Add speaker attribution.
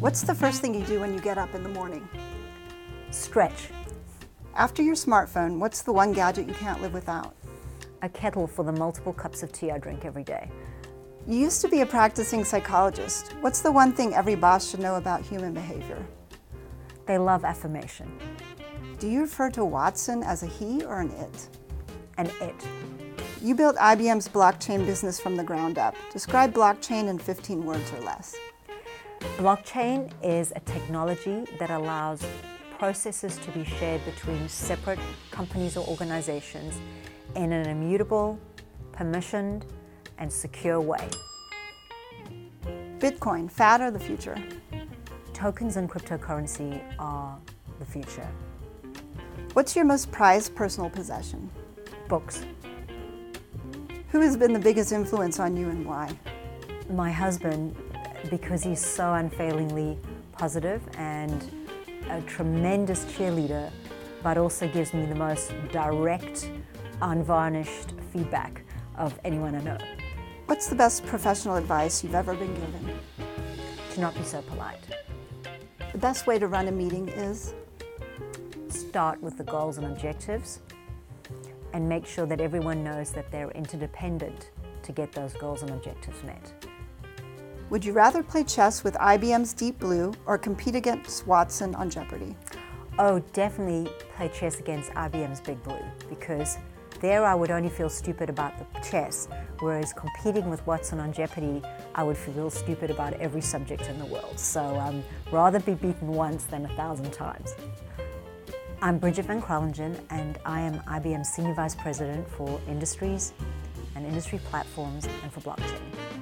Speaker 1: What's the first thing you do when you get up in the morning?
Speaker 2: Stretch.
Speaker 1: After your smartphone, what's the one gadget you can't live without?
Speaker 2: A kettle for the multiple cups of tea I drink every day.
Speaker 1: You used to be a practicing psychologist. What's the one thing every boss should know about human behavior?
Speaker 2: They love affirmation.
Speaker 1: Do you refer to Watson as a he or an it?
Speaker 2: And it.
Speaker 1: You built IBM's blockchain business from the ground up. Describe blockchain in 15 words or less.
Speaker 2: Blockchain is a technology that allows processes to be shared between separate companies or organizations in an immutable, permissioned, and secure way.
Speaker 1: Bitcoin, fad or the future?
Speaker 2: Tokens and cryptocurrency are the future.
Speaker 1: What's your most prized personal possession?
Speaker 2: Books.
Speaker 1: Who has been the biggest influence on you and why?
Speaker 2: My husband, because he's so unfailingly positive and a tremendous cheerleader, but also gives me the most direct, unvarnished feedback of anyone I know.
Speaker 1: What's the best professional advice you've ever been given?
Speaker 2: To not be so polite.
Speaker 1: The best way to run a meeting is
Speaker 2: Start with the goals and objectives and make sure that everyone knows that they're interdependent to get those goals and objectives met.
Speaker 1: Would you rather play chess with IBM's Deep Blue or compete against Watson on Jeopardy?
Speaker 2: Oh, definitely play chess against IBM's Big Blue because there I would only feel stupid about the chess, whereas competing with Watson on Jeopardy, I would feel stupid about every subject in the world. So um, rather be beaten once than a thousand times. I'm Bridget Van Kralingen, and I am IBM's Senior Vice President for Industries and Industry Platforms and for Blockchain.